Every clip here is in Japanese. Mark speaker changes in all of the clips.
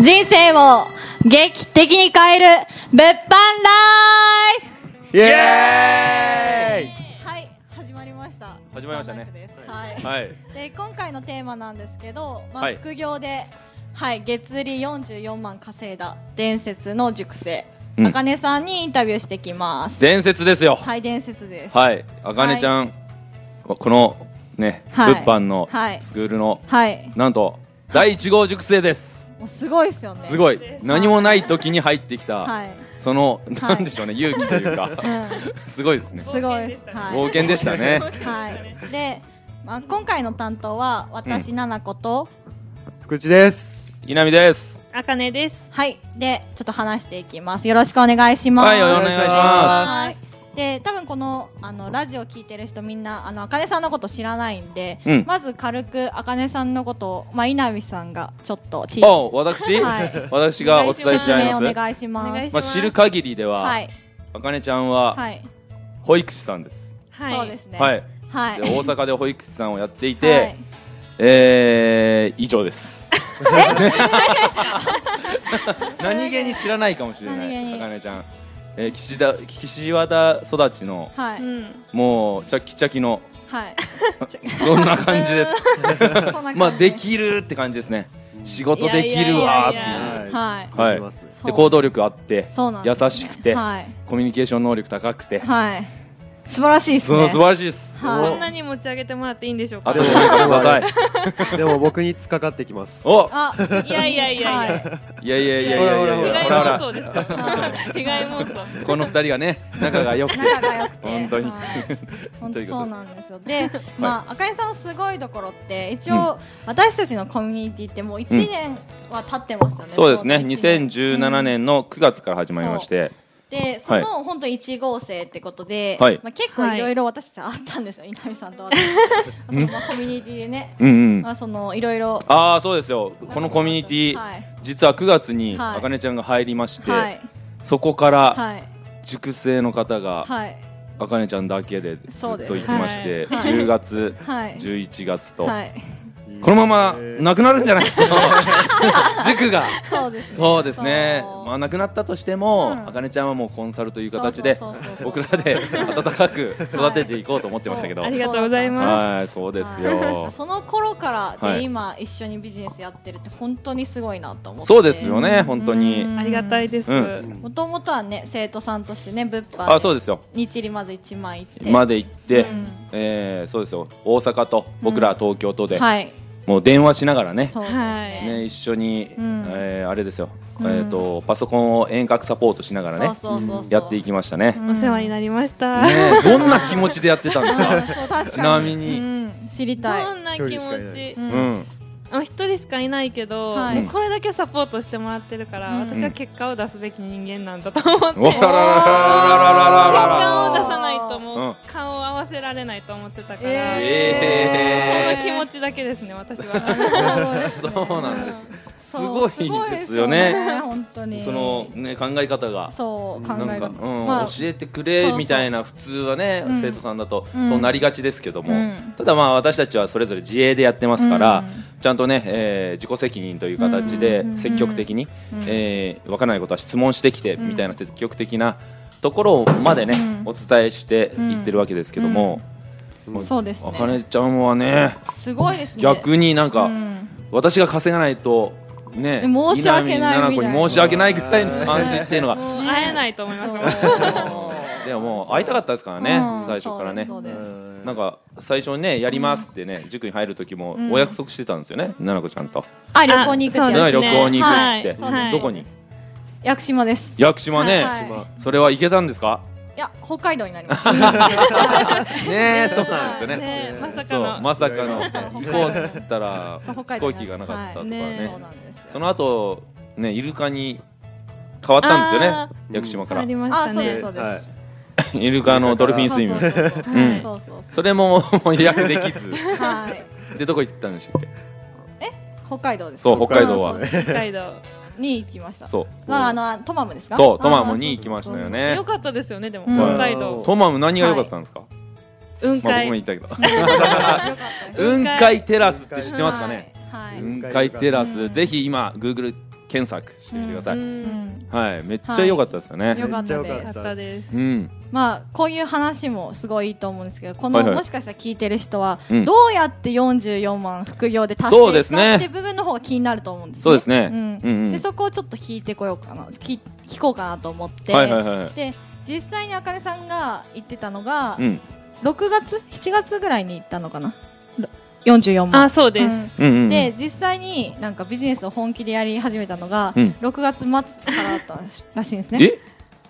Speaker 1: 人生を劇的に変える物販ライフ
Speaker 2: イエーイ
Speaker 1: はい始まりました
Speaker 2: 始まりましたね
Speaker 1: 物販ライフですはい、
Speaker 2: はい
Speaker 1: で今回のテーマなんですけど、ま
Speaker 2: は
Speaker 1: あ、
Speaker 2: い
Speaker 1: 副業で、はい月利44万稼いだ伝説の塾生、
Speaker 2: うん
Speaker 1: あかねさんにインタビューしてきます
Speaker 2: 伝説ですよ
Speaker 1: はい伝説ですい、
Speaker 2: はいあかねちゃん、このね、
Speaker 1: はい
Speaker 2: 物販の
Speaker 1: はい
Speaker 2: スクールの、
Speaker 1: はい、
Speaker 2: なんと第1号塾生です
Speaker 1: もうすごいですよね
Speaker 2: すごい何もない時に入ってきた、
Speaker 1: はい、
Speaker 2: そのなんでしょうね、勇気とい うか、すごいですね
Speaker 1: すごいです、はい
Speaker 2: 冒険でしたね
Speaker 1: はい、で、まあ、今回の担当は私、ななこと、
Speaker 3: 福地です。
Speaker 2: 稲見です
Speaker 4: あかねです。
Speaker 1: はい、で、ちょっと話していきます。よろしくお願いします。
Speaker 2: はいお願いしま
Speaker 1: はいで、多分この、あの、ラジオ聞いてる人みんな、あの、あかねさんのこと知らないんで、
Speaker 2: うん
Speaker 1: まず軽く、あかねさんのことを、まあ、稲見さんがちょっと聞い
Speaker 2: あ私、
Speaker 1: はい
Speaker 2: 私がお伝えし
Speaker 1: 説
Speaker 2: てあり
Speaker 1: 明
Speaker 2: ま
Speaker 1: お
Speaker 2: す
Speaker 1: 願いします。
Speaker 4: お願いし
Speaker 2: まあ、知る限りでは、
Speaker 1: はい、
Speaker 2: あかねちゃんは
Speaker 1: はい、
Speaker 2: 保育士さんです、
Speaker 1: そうですね。
Speaker 2: はい、
Speaker 1: はい。
Speaker 2: で大阪で保育士さんをやっていて、
Speaker 1: はい
Speaker 2: えー、以上です 何気に知らないかもしれな
Speaker 1: 何気
Speaker 2: い
Speaker 1: に
Speaker 2: あかねちゃん、えー、岸田岸和田育ちの
Speaker 1: はい、
Speaker 4: うん。
Speaker 2: もうチャキチャキの
Speaker 1: はい。
Speaker 2: そんな感じです
Speaker 1: そんな感じ
Speaker 2: まあできるって感じですね仕事できるわーっていう
Speaker 4: いやいやいやいや
Speaker 1: はい
Speaker 2: はい
Speaker 3: いますね
Speaker 1: そう
Speaker 2: で行動力あって
Speaker 1: そうなんですね
Speaker 2: 優しくて、
Speaker 1: はい。
Speaker 2: コミュニケーション能力高くて、
Speaker 1: はい。素晴らしいです
Speaker 2: その
Speaker 1: ね。
Speaker 2: 素晴らしいです、
Speaker 1: はい
Speaker 4: こんなに持ち上げてもらっていいんでしょうか。
Speaker 2: あとで褒めてください
Speaker 3: でも僕に突っかかってきます。
Speaker 2: お
Speaker 1: あ、
Speaker 4: いやいやいやいや
Speaker 1: はい
Speaker 2: いやいやいやいやいやいやほ
Speaker 4: 被害
Speaker 2: らほ
Speaker 4: 妄
Speaker 2: ら
Speaker 4: 想ですよ。被害妄想。
Speaker 2: この二人がね仲が良くて
Speaker 1: 仲が良くて。
Speaker 2: 本当
Speaker 1: は
Speaker 2: に
Speaker 1: い本当
Speaker 2: というこ
Speaker 1: そ
Speaker 2: とで
Speaker 1: うなんですよ。で、まあ、赤井さんのすごいところって、一応、私たちのコミュニティってもう一年は経ってますよね。
Speaker 2: そうです
Speaker 1: ち
Speaker 2: ね
Speaker 1: ょど一年
Speaker 2: 2017年の9月から始まりまして、
Speaker 1: で、その、本当1号生ってことで、
Speaker 2: はい
Speaker 1: まあ、結構いろいろ私たちあったんですよ。稲見さんと私。そのまあコミュニティでね。
Speaker 2: うんうん
Speaker 1: まあ、その、いろいろ。
Speaker 2: ああそうですよこのコミュニティ、
Speaker 1: はい
Speaker 2: 実は9月に
Speaker 1: はい
Speaker 2: あかねちゃんが入りまして、
Speaker 1: はい。
Speaker 2: そこから
Speaker 1: はい。
Speaker 2: 塾生の方が
Speaker 1: はい。
Speaker 2: あかねちゃんだけでず
Speaker 1: そう
Speaker 2: っ
Speaker 1: です
Speaker 2: と行きまして、
Speaker 1: はい
Speaker 2: 10月、
Speaker 1: はい
Speaker 2: 11月と、
Speaker 1: はい。
Speaker 2: このまま
Speaker 3: えー
Speaker 2: なくなるんじ ゃない 塾が
Speaker 1: そうですね。
Speaker 2: そうですね
Speaker 1: そう
Speaker 2: まあなくなったとしても、
Speaker 1: うん
Speaker 2: あかねちゃんはもうコンサルという形で
Speaker 1: そうそうそうそう
Speaker 2: 僕らで温かく育てていこうと思ってましたけど、
Speaker 4: ありがとうございま
Speaker 2: はい、そうです
Speaker 1: は
Speaker 2: よ
Speaker 1: い。その頃から
Speaker 2: は
Speaker 1: で
Speaker 2: い
Speaker 1: 今一緒にビジネスやってるって本当にすごいなと思って
Speaker 2: そうですよね、本当
Speaker 1: う
Speaker 2: に。
Speaker 1: ん
Speaker 4: す。ありがたいです。
Speaker 2: うん
Speaker 1: もともとはね生徒さんとしてね物販
Speaker 2: あ、そうですよ。
Speaker 1: 日理まず1枚行って
Speaker 2: まで行って
Speaker 1: うん、
Speaker 2: えーそうですよ。大阪と僕ら東京とで、
Speaker 1: はい
Speaker 2: もう電話しながらね、
Speaker 1: そうですね
Speaker 2: ね一緒に
Speaker 1: ん
Speaker 2: えーあれですよ。え
Speaker 1: ん
Speaker 2: っとパソコンを遠隔サポートしながらね
Speaker 1: そう、そうそうそう
Speaker 2: やっていきましたね。
Speaker 4: お世話になりました。
Speaker 2: ねえどんな気持ちでやってたんです
Speaker 1: あ
Speaker 2: か。
Speaker 1: ーそう確かに
Speaker 2: ちなみ
Speaker 1: う
Speaker 2: に、
Speaker 1: ん知りた
Speaker 4: ど
Speaker 1: い
Speaker 4: んな気
Speaker 3: 一人し
Speaker 4: 持
Speaker 3: かいない
Speaker 4: ち
Speaker 1: う。
Speaker 2: うんん、
Speaker 4: あ一人しかいないけど、
Speaker 1: はい
Speaker 4: もうこれだけサポートしてもらってるから、
Speaker 1: うん
Speaker 4: 私は結果を出すべき人間なんだと思って。
Speaker 2: おららららららららら。
Speaker 4: 顔を出さないとも
Speaker 2: うん
Speaker 4: う顔を合わせられないと思ってたから、
Speaker 2: え
Speaker 4: その気持ちだけですね 私は。
Speaker 2: そうなんです。すご
Speaker 1: そう
Speaker 2: いですよね。
Speaker 1: 本当に
Speaker 2: そのね考え方が。
Speaker 1: そう考
Speaker 2: な
Speaker 1: え
Speaker 2: んか、
Speaker 1: が
Speaker 2: うん
Speaker 1: まあ
Speaker 2: 教えてく
Speaker 1: そう
Speaker 2: れ
Speaker 1: そう
Speaker 2: みたいな普通はね、
Speaker 1: ん
Speaker 2: 生徒さんだと
Speaker 1: うん
Speaker 2: そうなりがちですけども、
Speaker 1: うん
Speaker 2: ただまあ私たちはそれぞれ自営でやってますから、
Speaker 1: うん
Speaker 2: ちゃんとね、えー自己責任という形で積極的に、えーわからないことは質問してきてみたいな積極的なところまでね、お伝えしていってるわけですけども、
Speaker 1: そうです
Speaker 2: あか
Speaker 1: ね
Speaker 2: ねちゃんはね
Speaker 1: すごいですね
Speaker 2: 逆になんか、
Speaker 1: うん
Speaker 2: 私が稼がないとね
Speaker 1: 申し訳ないみたいな
Speaker 2: 稲見菜々子に申し訳ないぐらいの感じっていうのが
Speaker 4: もう会えないと思います。
Speaker 1: そう
Speaker 2: でももう会いたかったですからね、
Speaker 1: うん
Speaker 2: 最初からね
Speaker 1: そうですそうです
Speaker 2: なんか最初にねやりますってね、塾に入る時もお約束してたんですよね、奈々子ちゃんと、
Speaker 1: あ旅行に行くって
Speaker 4: そう
Speaker 1: や
Speaker 4: で
Speaker 1: つ
Speaker 2: 旅
Speaker 4: すね
Speaker 2: 行に行くっつって、
Speaker 1: はいはい
Speaker 2: どこに
Speaker 1: 屋久島ですい
Speaker 2: 屋久島ね、
Speaker 1: はい
Speaker 3: 島
Speaker 2: それは行けたんですか
Speaker 1: や北海道にな ります
Speaker 2: ねえそうなんですよね
Speaker 4: ねえまさか
Speaker 2: そ
Speaker 4: の
Speaker 2: うまさかの行こうっつったら
Speaker 1: そう北
Speaker 2: 飛
Speaker 1: 海道
Speaker 2: 行機がなかったとかね,、
Speaker 4: はいね
Speaker 1: そうなんですよ
Speaker 2: その後ねイルカに変わったんですよ
Speaker 4: あ
Speaker 2: ね屋久島か
Speaker 4: あ
Speaker 2: ら
Speaker 4: りま
Speaker 1: あ
Speaker 4: した
Speaker 1: そうで
Speaker 4: ね
Speaker 1: す。そうです、
Speaker 2: イルカのドルフィンスイム
Speaker 1: そうそうそうそう
Speaker 2: うん
Speaker 1: そうそうそ
Speaker 2: それももう予約できず
Speaker 1: うはい
Speaker 2: でどこ行ったんでしたっけ
Speaker 1: 北海道です
Speaker 2: そう北海道は
Speaker 1: あ
Speaker 4: 北海道。
Speaker 1: そうに行きました
Speaker 2: そう
Speaker 1: ああのトマムですか
Speaker 2: そうトマムに行きましたよ
Speaker 1: ね
Speaker 2: ね
Speaker 4: 良かったですよねでも、
Speaker 1: うん
Speaker 4: 北海道
Speaker 2: トマム何が良かったんですか、
Speaker 4: 雲
Speaker 2: まあ、僕
Speaker 4: 海、
Speaker 2: も言ったけ
Speaker 1: よ
Speaker 2: ど
Speaker 1: かったです
Speaker 2: 雲海テラスって知ってますかね、
Speaker 1: はいはい
Speaker 2: 雲海テラス、ぜひ今 Google 検索してみてください、
Speaker 4: うん
Speaker 2: はいめっちゃ良かったですよね、
Speaker 1: よかった
Speaker 3: めっちゃ良
Speaker 1: で
Speaker 3: か
Speaker 1: す
Speaker 3: っ
Speaker 4: よかったです。
Speaker 2: うん
Speaker 1: まあこういう話もすごいいいと思うんですけどこ
Speaker 2: は
Speaker 1: の
Speaker 2: いはい
Speaker 1: もしかしたら聞いてる人は
Speaker 2: うん
Speaker 1: どうやって44万副業で達
Speaker 2: そうで
Speaker 1: 成し
Speaker 2: すね
Speaker 1: たっていう部分の方が気になると思うんですね
Speaker 2: そうですね
Speaker 1: う
Speaker 2: うんうんん
Speaker 1: でそこをちょっと聞いてこようかな聞聞こうかなと思って
Speaker 2: はいはいはい
Speaker 1: で実際にあかねさんが言ってたのが
Speaker 2: うん
Speaker 1: 6月7月ぐらいに行ったのかなろ44万
Speaker 4: あ、そうです。
Speaker 1: うん
Speaker 2: うんうん
Speaker 1: で実際になんかビジネスを本気でやり始めたのが
Speaker 2: うん
Speaker 1: 6月末からだったらしいんですね。
Speaker 2: え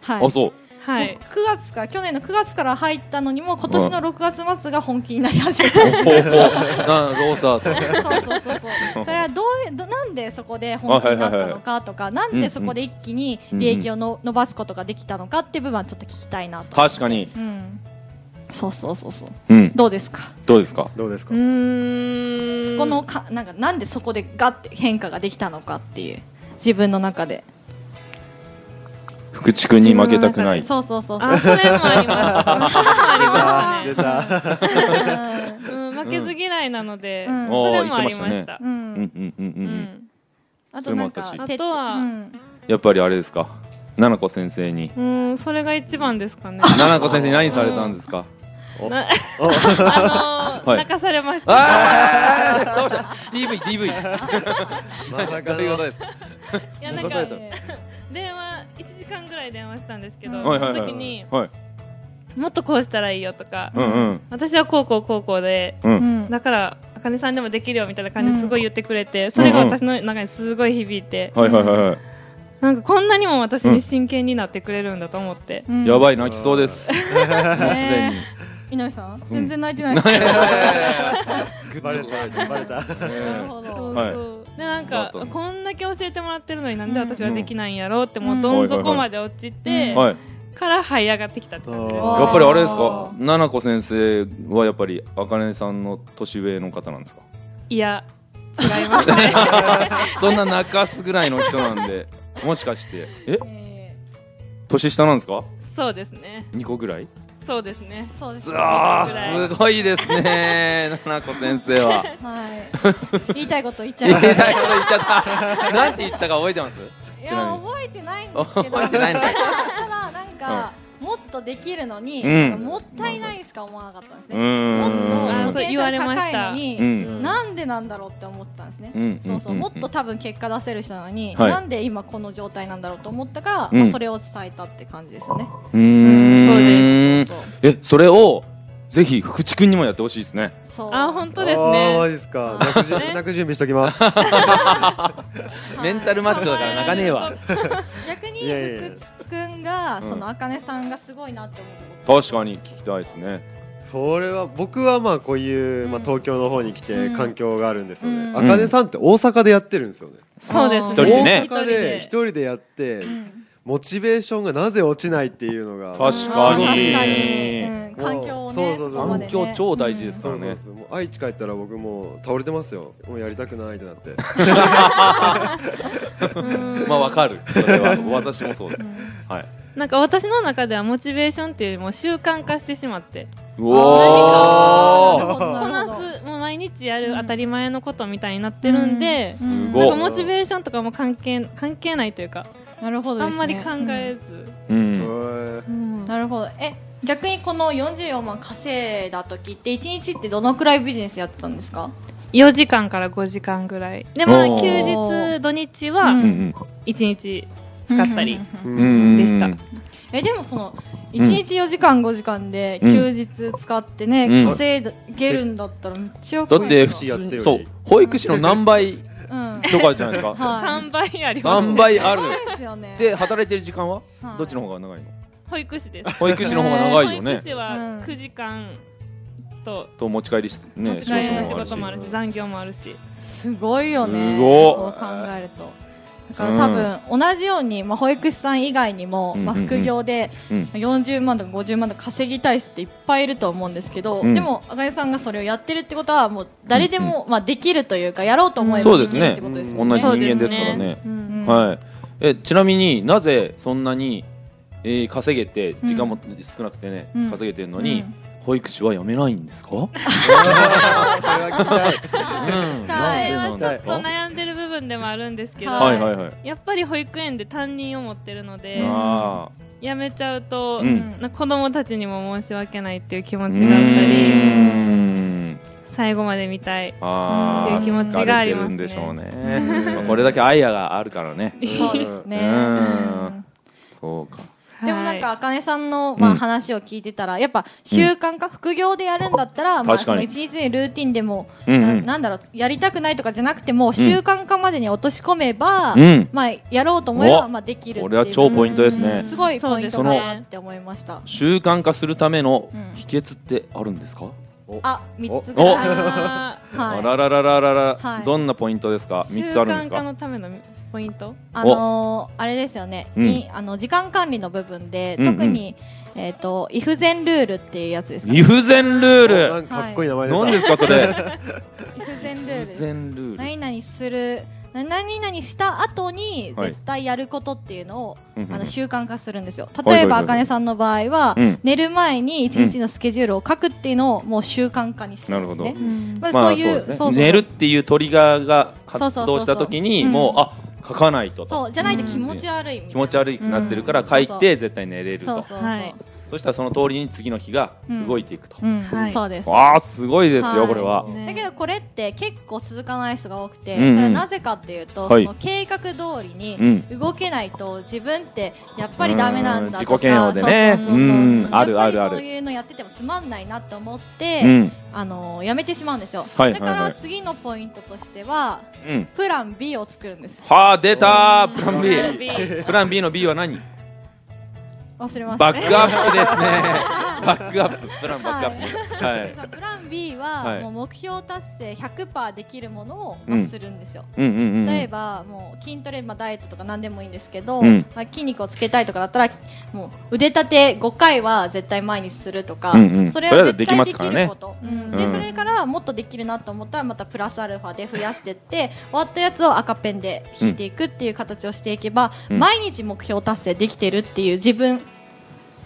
Speaker 1: はい、
Speaker 2: あそう
Speaker 4: はい。
Speaker 1: 9月から去年の9月から入ったのにも今年の6月末が本気になり始め
Speaker 2: お
Speaker 1: た、
Speaker 2: お おなローサーと
Speaker 1: そうそうそうそう それはどういうどなんでそこで本気になったのかとかなんでそこで一気に利益をの伸ばすことができたのかっていう部分はちょっと聞きたいなと、
Speaker 2: 確かに
Speaker 1: うん、そうそうそうそう
Speaker 2: うん
Speaker 1: どうですか
Speaker 2: どうですか
Speaker 3: どうですか
Speaker 4: うー
Speaker 1: そ
Speaker 4: ん。
Speaker 1: このかなんかなんでそこでガッて変化ができたのかっていう自分の中で
Speaker 2: 福地君に負けたくない
Speaker 1: そうそうそうそう
Speaker 4: あ、それもあります。それもあ
Speaker 3: 出
Speaker 4: りましたね。
Speaker 3: た。
Speaker 4: うん、負けず嫌いなので、
Speaker 1: うんうん
Speaker 4: それもありまし
Speaker 2: あー言ってましたた。
Speaker 1: う、
Speaker 2: うんんうんうんう
Speaker 4: うんん。
Speaker 1: あとなんか
Speaker 2: それも
Speaker 4: 私あとは
Speaker 1: うん
Speaker 2: やっぱりあれですか奈々子先生に
Speaker 4: うん、それが一番ですかね。
Speaker 2: 奈々子先生に何されたんですか
Speaker 3: お
Speaker 4: な
Speaker 3: お
Speaker 4: あのー
Speaker 2: はい
Speaker 4: 泣かされました。
Speaker 2: ああどうした DV DV
Speaker 3: まさ
Speaker 2: ど
Speaker 3: か
Speaker 2: ういうこと
Speaker 3: の
Speaker 2: です
Speaker 4: いや、な
Speaker 2: 泣
Speaker 4: ん
Speaker 2: かされた、
Speaker 4: か電話、1時間ぐらい電話したんですけど、
Speaker 1: うん
Speaker 4: そ
Speaker 2: はいは
Speaker 4: の
Speaker 2: いは
Speaker 4: 時
Speaker 2: い
Speaker 4: に、
Speaker 2: はい
Speaker 4: もっとこうしたらいいよとか、
Speaker 2: うんうん
Speaker 4: 私はこうこうこうこうで、
Speaker 2: う
Speaker 1: うんん
Speaker 4: だから、あかねさんでもできるよみたいな感じですごい言ってくれて、それが私の中にすごい響いて、
Speaker 2: はいはいはいは
Speaker 4: なんかこんなにも私に真剣になってくれるんだと思って。
Speaker 1: うん
Speaker 2: いやばい泣きそうですもうすでに
Speaker 1: ね井上さん全然泣いてないですね
Speaker 3: バレたバレた。
Speaker 1: なる
Speaker 2: え
Speaker 1: ほ
Speaker 4: そ
Speaker 1: ど
Speaker 4: う
Speaker 2: はい
Speaker 4: そうでなん
Speaker 2: だ
Speaker 4: か
Speaker 2: と
Speaker 4: こんだけ教えてもらってるのになんで
Speaker 1: うん
Speaker 4: 私はできないんやろうっても
Speaker 1: うん
Speaker 4: うどん底まで落ち
Speaker 1: う
Speaker 4: て
Speaker 2: えはい
Speaker 4: から這い上がってきたって感じです
Speaker 3: あ
Speaker 2: やっぱりあれですか
Speaker 1: あー
Speaker 2: 奈々子先生はやっぱりあかねさんの年上の方なんですか
Speaker 4: いや違いますね
Speaker 2: そんな泣かすぐらいの人なん でもしかしてえ
Speaker 1: え
Speaker 2: 年下なんですか
Speaker 4: そうですね
Speaker 2: 二個ぐらい
Speaker 4: そうですね
Speaker 1: ーそうですね
Speaker 2: あ
Speaker 4: ぐら
Speaker 2: ーすごいです ね奈々子先生は
Speaker 1: はい。言いたいこと言っちゃい
Speaker 2: 言
Speaker 1: ま
Speaker 2: い
Speaker 1: す。い
Speaker 2: たいこと言っちゃったなんて言ったか覚えて ます
Speaker 1: や
Speaker 2: ちなみに
Speaker 1: 覚えてないんですけど。
Speaker 2: 覚えてないのかい
Speaker 1: ただなんか、もっとできるのに、
Speaker 2: うん
Speaker 1: もったいないしか思わなかったんです
Speaker 2: う
Speaker 1: ね。もっ
Speaker 4: あ
Speaker 1: と
Speaker 4: ー
Speaker 1: ポ
Speaker 2: ーん
Speaker 4: そう
Speaker 1: テンシ
Speaker 4: 言わ
Speaker 1: ャル
Speaker 4: れま
Speaker 1: 高
Speaker 4: し
Speaker 1: いの
Speaker 4: た
Speaker 2: う
Speaker 1: に、
Speaker 2: ん
Speaker 1: なんでなんだろうって思ったんですね。
Speaker 2: うん
Speaker 1: そうそう、
Speaker 2: んん
Speaker 1: もっと多分結果出せる人なのに、
Speaker 2: はい
Speaker 1: なんで今この状態なんだろうと思ったから、
Speaker 2: うん
Speaker 1: まあそれを伝えたって感じですよね。
Speaker 2: うーん
Speaker 4: そうで
Speaker 1: そう
Speaker 2: えそれをぜひ福地君にもやってほしいですね
Speaker 1: そう。
Speaker 4: あ本当です
Speaker 3: あーマ
Speaker 4: ね
Speaker 3: ジですか。泣くじ
Speaker 4: ね
Speaker 3: 泣く準備しときます。
Speaker 1: はい
Speaker 2: メンタルマッチョだから泣かねえわ
Speaker 1: 逆に
Speaker 3: いやいやいや
Speaker 1: 福津くんが、
Speaker 2: うん
Speaker 1: そのあかねさんがすごいなって思うこと。
Speaker 2: 確かに聞きたいですね
Speaker 3: それは僕はまあこういう、まあ、東京の方に来て
Speaker 1: うん
Speaker 3: 環境があるんですよね、
Speaker 1: うん
Speaker 3: あかねさんって大阪でやってるんですよね、
Speaker 4: そうです
Speaker 1: 一
Speaker 2: 人でね
Speaker 4: 一
Speaker 3: 大阪
Speaker 4: 人
Speaker 3: で一
Speaker 4: で
Speaker 3: 人でやって、モチベーションがなぜ落ちないっていうのが
Speaker 2: 確かに
Speaker 1: あー
Speaker 3: す
Speaker 1: 確
Speaker 3: ご
Speaker 1: か
Speaker 3: い
Speaker 1: にうん環境をね
Speaker 3: そうそうそう
Speaker 1: ここまでね
Speaker 2: 環境超大事です
Speaker 3: そうそうそうもう愛知帰ったら僕もう倒れてますよもうやりたくないってなって
Speaker 2: まあわかるそ れは私もそうですはい
Speaker 4: なんか私の中ではモチベーションっていうよりも習慣化してしまって
Speaker 2: う
Speaker 1: お
Speaker 2: お
Speaker 1: ー
Speaker 2: ー
Speaker 4: こ
Speaker 1: な
Speaker 4: な
Speaker 1: るほど
Speaker 4: すもう毎日やる当たり前のことみたいになってるん
Speaker 1: う
Speaker 4: で、
Speaker 1: ん
Speaker 2: す
Speaker 4: なん
Speaker 2: ご
Speaker 4: か
Speaker 2: い
Speaker 4: モチベーションとかも関係関係ないというか、
Speaker 1: なるほど
Speaker 4: あ
Speaker 1: で
Speaker 4: ん
Speaker 1: すね
Speaker 4: まり考えず、
Speaker 2: う
Speaker 3: へ
Speaker 2: ん
Speaker 3: ー
Speaker 4: うん
Speaker 1: なるほどえ逆にこの44万稼いだ時って1日ってどのくらいビジネスやってたんですか
Speaker 4: 4時間から5時間ぐらいでまあ
Speaker 2: おー
Speaker 4: 休日土日
Speaker 1: う
Speaker 2: うん
Speaker 4: は
Speaker 2: ん
Speaker 4: 1日使ったり、
Speaker 3: う
Speaker 2: うんんうん
Speaker 4: でした
Speaker 1: えでもその1日4時間5時間で休日使ってね、
Speaker 2: うん
Speaker 1: 稼げるんだったらめっちゃよ
Speaker 2: だ
Speaker 1: くな
Speaker 2: っ
Speaker 1: い
Speaker 2: て
Speaker 1: で
Speaker 2: 普
Speaker 1: す
Speaker 2: 通
Speaker 1: か
Speaker 3: やって
Speaker 2: に
Speaker 3: より
Speaker 2: そう保育士の何倍
Speaker 1: うん
Speaker 2: とかじゃないですか
Speaker 1: は
Speaker 4: 3倍あります
Speaker 2: 3倍ある
Speaker 1: いそうですよね
Speaker 2: で働いてる時間は
Speaker 1: はい
Speaker 2: どっちの方が長いの
Speaker 4: 保育士です
Speaker 2: 保育士の方が長いよ
Speaker 4: 保
Speaker 2: ね
Speaker 4: 育士は
Speaker 1: うん
Speaker 4: 9時間と
Speaker 2: と持ち帰りし
Speaker 4: 持
Speaker 2: ね
Speaker 4: ち
Speaker 2: 仕
Speaker 4: 帰りの仕
Speaker 2: 事
Speaker 4: 事
Speaker 2: も
Speaker 4: も
Speaker 2: あ
Speaker 4: あ
Speaker 2: るし
Speaker 4: るし残業もあるし
Speaker 1: すごいよね
Speaker 2: すごっ
Speaker 1: そう考えるとだから多分同じように、まあ、保育士さん以外にも、
Speaker 2: うん
Speaker 1: まあ、
Speaker 2: うんうん
Speaker 1: 副業で
Speaker 2: うん
Speaker 1: 40万とか50万とか稼ぎたい人っていっぱいいると思うんですけど、
Speaker 2: うん
Speaker 1: でも、あかねさんがそれをやってるってことはもう誰でも、まあ、できるというかやろうと思えば
Speaker 2: そう
Speaker 1: で
Speaker 2: で
Speaker 1: き
Speaker 2: す
Speaker 1: る
Speaker 2: ね
Speaker 1: ってことですもん
Speaker 2: 同
Speaker 1: ね。
Speaker 2: じ人間ですから
Speaker 4: そう
Speaker 2: ね
Speaker 4: すうん
Speaker 1: うん
Speaker 2: はいえちなみになぜそんなにえー稼げて時間も少なくてね
Speaker 1: うん
Speaker 2: 稼げてるの
Speaker 1: う
Speaker 2: に
Speaker 1: ん
Speaker 2: 保育士は辞めないんですか
Speaker 3: あーそれは聞きた
Speaker 2: う
Speaker 3: い
Speaker 2: ん
Speaker 1: は
Speaker 2: ないぜなん
Speaker 4: それはちょ
Speaker 2: で
Speaker 4: っ
Speaker 2: す
Speaker 4: と
Speaker 2: か
Speaker 4: 悩んでる部分でもあるんですけど、
Speaker 2: はいはいはい
Speaker 4: やっぱり保育園で担任を持ってるので
Speaker 2: あ
Speaker 4: 辞めちゃうと、
Speaker 2: うん
Speaker 4: な子供たちにも申し訳ないっていう気持
Speaker 2: ーう
Speaker 4: ちだったり
Speaker 2: ーん
Speaker 4: 最後まで見たい
Speaker 2: ああ
Speaker 4: っていう気持ちがありますね
Speaker 2: んでしょうねまあこれだけ愛やがあるからね
Speaker 1: そうですね。
Speaker 2: うん
Speaker 1: うん
Speaker 2: そうか
Speaker 1: でもなんか、
Speaker 4: は
Speaker 1: あかねさんの、ま
Speaker 2: う
Speaker 1: あ、
Speaker 2: ん
Speaker 1: 話を聞いてたら、やっぱ習慣か副業でやるんだったら、まあ、
Speaker 2: 確か
Speaker 1: その
Speaker 2: に
Speaker 1: 一日にルーティンでも、
Speaker 2: うんうん
Speaker 1: ななんだろうやりたくないとかじゃなくても習慣化までに落とし込めば、
Speaker 2: うん
Speaker 1: まあ、やろうと思えば、
Speaker 2: お
Speaker 1: まあ、できるっていう
Speaker 2: これは超ポイントです
Speaker 1: う
Speaker 2: ね
Speaker 1: んすごいポイントか
Speaker 2: そうです
Speaker 1: な
Speaker 4: ね
Speaker 1: って思いました。
Speaker 2: 習慣化するための
Speaker 1: うん
Speaker 2: 秘訣ってあるんですか、
Speaker 3: お
Speaker 1: あ、三つ
Speaker 2: お
Speaker 1: ぐらいありま
Speaker 4: あ
Speaker 1: す。は
Speaker 2: あ
Speaker 1: い。
Speaker 2: らららららら、
Speaker 1: はい
Speaker 2: どんなポイントですか
Speaker 4: ー
Speaker 2: 三つあるんです
Speaker 4: 習慣化
Speaker 2: か
Speaker 4: のためのポイント
Speaker 1: あのーあれですよね、
Speaker 2: うん
Speaker 1: にあの時間管理の部分で、
Speaker 2: うんうん
Speaker 1: 特に、えっ、と、イフゼンルールっていうやつですか、ね。
Speaker 2: イフゼンル
Speaker 3: な
Speaker 2: ー
Speaker 3: んかかっこいい名前
Speaker 2: ル
Speaker 3: 出た
Speaker 2: 何ですかそれ
Speaker 1: イフゼンルール
Speaker 2: イ
Speaker 1: で
Speaker 2: フ
Speaker 1: す
Speaker 2: ゼ。ンルール
Speaker 1: 何々するな何々した後に
Speaker 2: はい
Speaker 1: 絶対やることっていうのを、
Speaker 2: うんうんうん
Speaker 1: あの習慣化するんですよ
Speaker 2: いはい
Speaker 1: 例
Speaker 2: は
Speaker 1: え
Speaker 2: いは
Speaker 1: ば
Speaker 2: い
Speaker 1: あかねさんの場合は、
Speaker 2: うん
Speaker 1: 寝る前に一日のスケジュールを書くっていうのをもう習慣化にしてるんです
Speaker 2: なる
Speaker 1: ね
Speaker 2: ほ。
Speaker 1: まあ
Speaker 2: ま
Speaker 1: そう
Speaker 2: あそう
Speaker 1: い
Speaker 2: で
Speaker 1: う
Speaker 2: すね
Speaker 1: そうそう
Speaker 2: 寝るっていうトリガーが
Speaker 1: そうそ
Speaker 2: 発
Speaker 1: うそ
Speaker 2: 動
Speaker 1: う
Speaker 2: し
Speaker 1: そう
Speaker 2: た時に
Speaker 1: うん
Speaker 2: もうあ書かないとと
Speaker 1: そうじゃないと気持ち悪いみたいな
Speaker 2: 気持ち悪くなってるから
Speaker 1: うん
Speaker 2: 書いて絶対寝れると、
Speaker 1: そう
Speaker 2: そ
Speaker 1: そうそうそう、
Speaker 4: はい
Speaker 2: したらその通りに次の日が動いていくと、
Speaker 1: うん
Speaker 4: はい
Speaker 1: そうです
Speaker 2: わあすごいですよ、
Speaker 1: はい
Speaker 2: これは、
Speaker 4: ね
Speaker 1: だけどこれって結構続かない人が多くて、
Speaker 2: うんうん
Speaker 1: それはなぜかっていうと、
Speaker 2: はい
Speaker 1: その計画通り
Speaker 2: う
Speaker 1: に
Speaker 2: ん
Speaker 1: 動けないと自分ってやっぱりダメなんだ
Speaker 2: うん
Speaker 1: とか
Speaker 2: 自己嫌悪でね
Speaker 1: そうそうそう
Speaker 2: う
Speaker 1: そうんやっぱり
Speaker 2: あるあるある
Speaker 1: そういうのやっててもつまんないなと思って、
Speaker 2: うん
Speaker 1: あのやめてしまうんですよ、
Speaker 2: はいはいはい
Speaker 1: だから次のポイントとしては
Speaker 2: うん
Speaker 1: プラン B を作るんですよ
Speaker 2: はあ出たープラン B
Speaker 4: ビー
Speaker 2: プラン B の B は何
Speaker 1: 忘れました
Speaker 2: バッ
Speaker 1: ね
Speaker 2: クアップですねバックアッププランバックアップはい、
Speaker 1: でそのプラン B は、
Speaker 2: はい
Speaker 1: もう目標達成100%できるものを、
Speaker 2: う
Speaker 1: まあ
Speaker 2: ん
Speaker 1: するんですよ、
Speaker 2: うんうんうん
Speaker 1: 例えばもう筋トレ、まあ、ダイエットとか何でもいいんですけど、
Speaker 2: うん
Speaker 1: まあ、筋肉をつけたいとかだったらもう腕立て5回は絶対毎日するとか、
Speaker 2: うんうん
Speaker 1: それ
Speaker 2: それ
Speaker 1: は
Speaker 2: は
Speaker 1: 絶
Speaker 2: で
Speaker 1: 対
Speaker 2: き
Speaker 1: で
Speaker 2: ま
Speaker 1: き
Speaker 2: す
Speaker 1: る
Speaker 2: からね
Speaker 1: こと、
Speaker 4: うん
Speaker 1: で
Speaker 2: うん
Speaker 1: それからもっとできるなと思ったらまたプラスアルファで増やしていって終わったやつを赤ペンで引いていくっていう形をしていけば、
Speaker 2: うん
Speaker 1: 毎日目標達成できてるっていう自分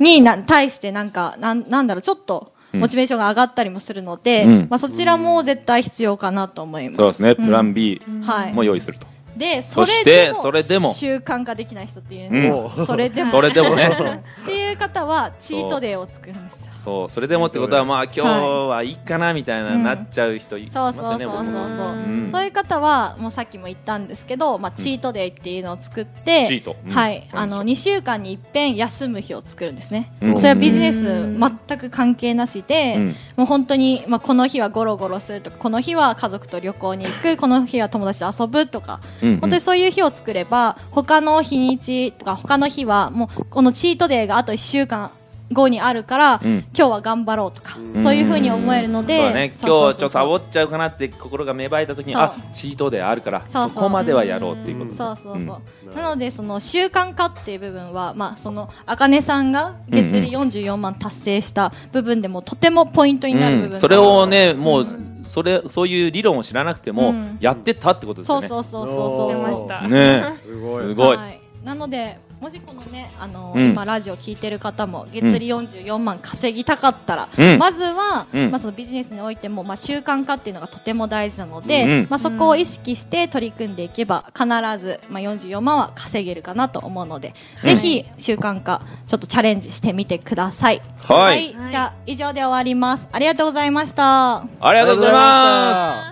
Speaker 1: にな対してなんかなんなんだろうちょっと
Speaker 2: うん
Speaker 1: モチベーションが上がったりもするので、
Speaker 2: うん
Speaker 1: まあ、そちらも絶対必要かなと思います
Speaker 2: そう。ですねプラン B
Speaker 1: はい
Speaker 2: も用意すると、
Speaker 1: で
Speaker 2: そ
Speaker 1: そ
Speaker 2: し
Speaker 1: れ
Speaker 2: て
Speaker 1: で
Speaker 2: それでも
Speaker 1: も習慣化できない人っていうの
Speaker 3: う
Speaker 1: をそれでも
Speaker 2: それでもね
Speaker 1: っていう方はチートデーを作るんですよ
Speaker 2: そうそれでもってことはまあ今日はいいかなみたいな、
Speaker 1: うん
Speaker 2: なっちゃう人い
Speaker 1: そ
Speaker 2: ま
Speaker 1: う
Speaker 2: す
Speaker 1: そ
Speaker 2: よ
Speaker 1: う
Speaker 2: ね、
Speaker 1: そうそうそう、
Speaker 2: ん
Speaker 1: そういう方はもうさっきも言ったんですけど、まあ、チートデーっていうのを作って、
Speaker 2: チートうん
Speaker 1: はい
Speaker 2: 何
Speaker 1: あ
Speaker 2: でしょう
Speaker 1: の2週間に一遍休む日を作るんですね、
Speaker 2: うん
Speaker 1: それはビジネス全く関係なしで、
Speaker 2: うん
Speaker 1: もう本当に、まあ、この日はゴロゴロするとかこの日は家族と旅行に行くこの日は友達と遊ぶとか、
Speaker 2: うんうん
Speaker 1: 本当にそういう日を作れば他の日にちとか他の日はもうこのチートデーがあと1週間後にあるから、
Speaker 2: うん
Speaker 1: 今日は頑張ろうとか、そういうふうに思えるので、
Speaker 2: そうだね、今日
Speaker 1: そ
Speaker 2: ちょ
Speaker 1: うそ
Speaker 2: っ
Speaker 1: うそう
Speaker 2: とサボっちゃうかなって心が芽生えた時に
Speaker 1: そう
Speaker 2: あチートであるから
Speaker 1: そうそ
Speaker 2: そうこまではやろうっていうことね
Speaker 1: そうそうそう、
Speaker 3: うん
Speaker 1: なのでその習慣化っていう部分はまあその茜さんが月利44万達成した部分でもとてもポイントになる部分
Speaker 2: う
Speaker 1: だ
Speaker 2: ん
Speaker 1: と
Speaker 2: それをねもう、それそういう理論を知らなくても、
Speaker 1: うん
Speaker 2: やってったってことです
Speaker 1: そ
Speaker 2: よ
Speaker 1: う
Speaker 2: ね
Speaker 1: そうそうそうそう
Speaker 4: 出ました
Speaker 2: ねえ
Speaker 3: すごい
Speaker 2: すごい、
Speaker 1: はい、なのでもしこのねあの、
Speaker 2: うん
Speaker 1: 今ラジオ聞いてる方も月利44万稼ぎたかったら、
Speaker 2: うん
Speaker 1: まずは、
Speaker 2: うん
Speaker 1: まあそのビジネスにおいてもまあ習慣化っていうのがとても大事なので、
Speaker 2: うんうん
Speaker 1: まあそこを意識して取り組んでいけば必ずまあ44万は稼げるかなと思うので、ぜひ習慣化ちょっとチャレンジしてみてください。
Speaker 2: はい
Speaker 1: じゃあ以上で終わります。ありがとうございました。
Speaker 2: ありがとうございます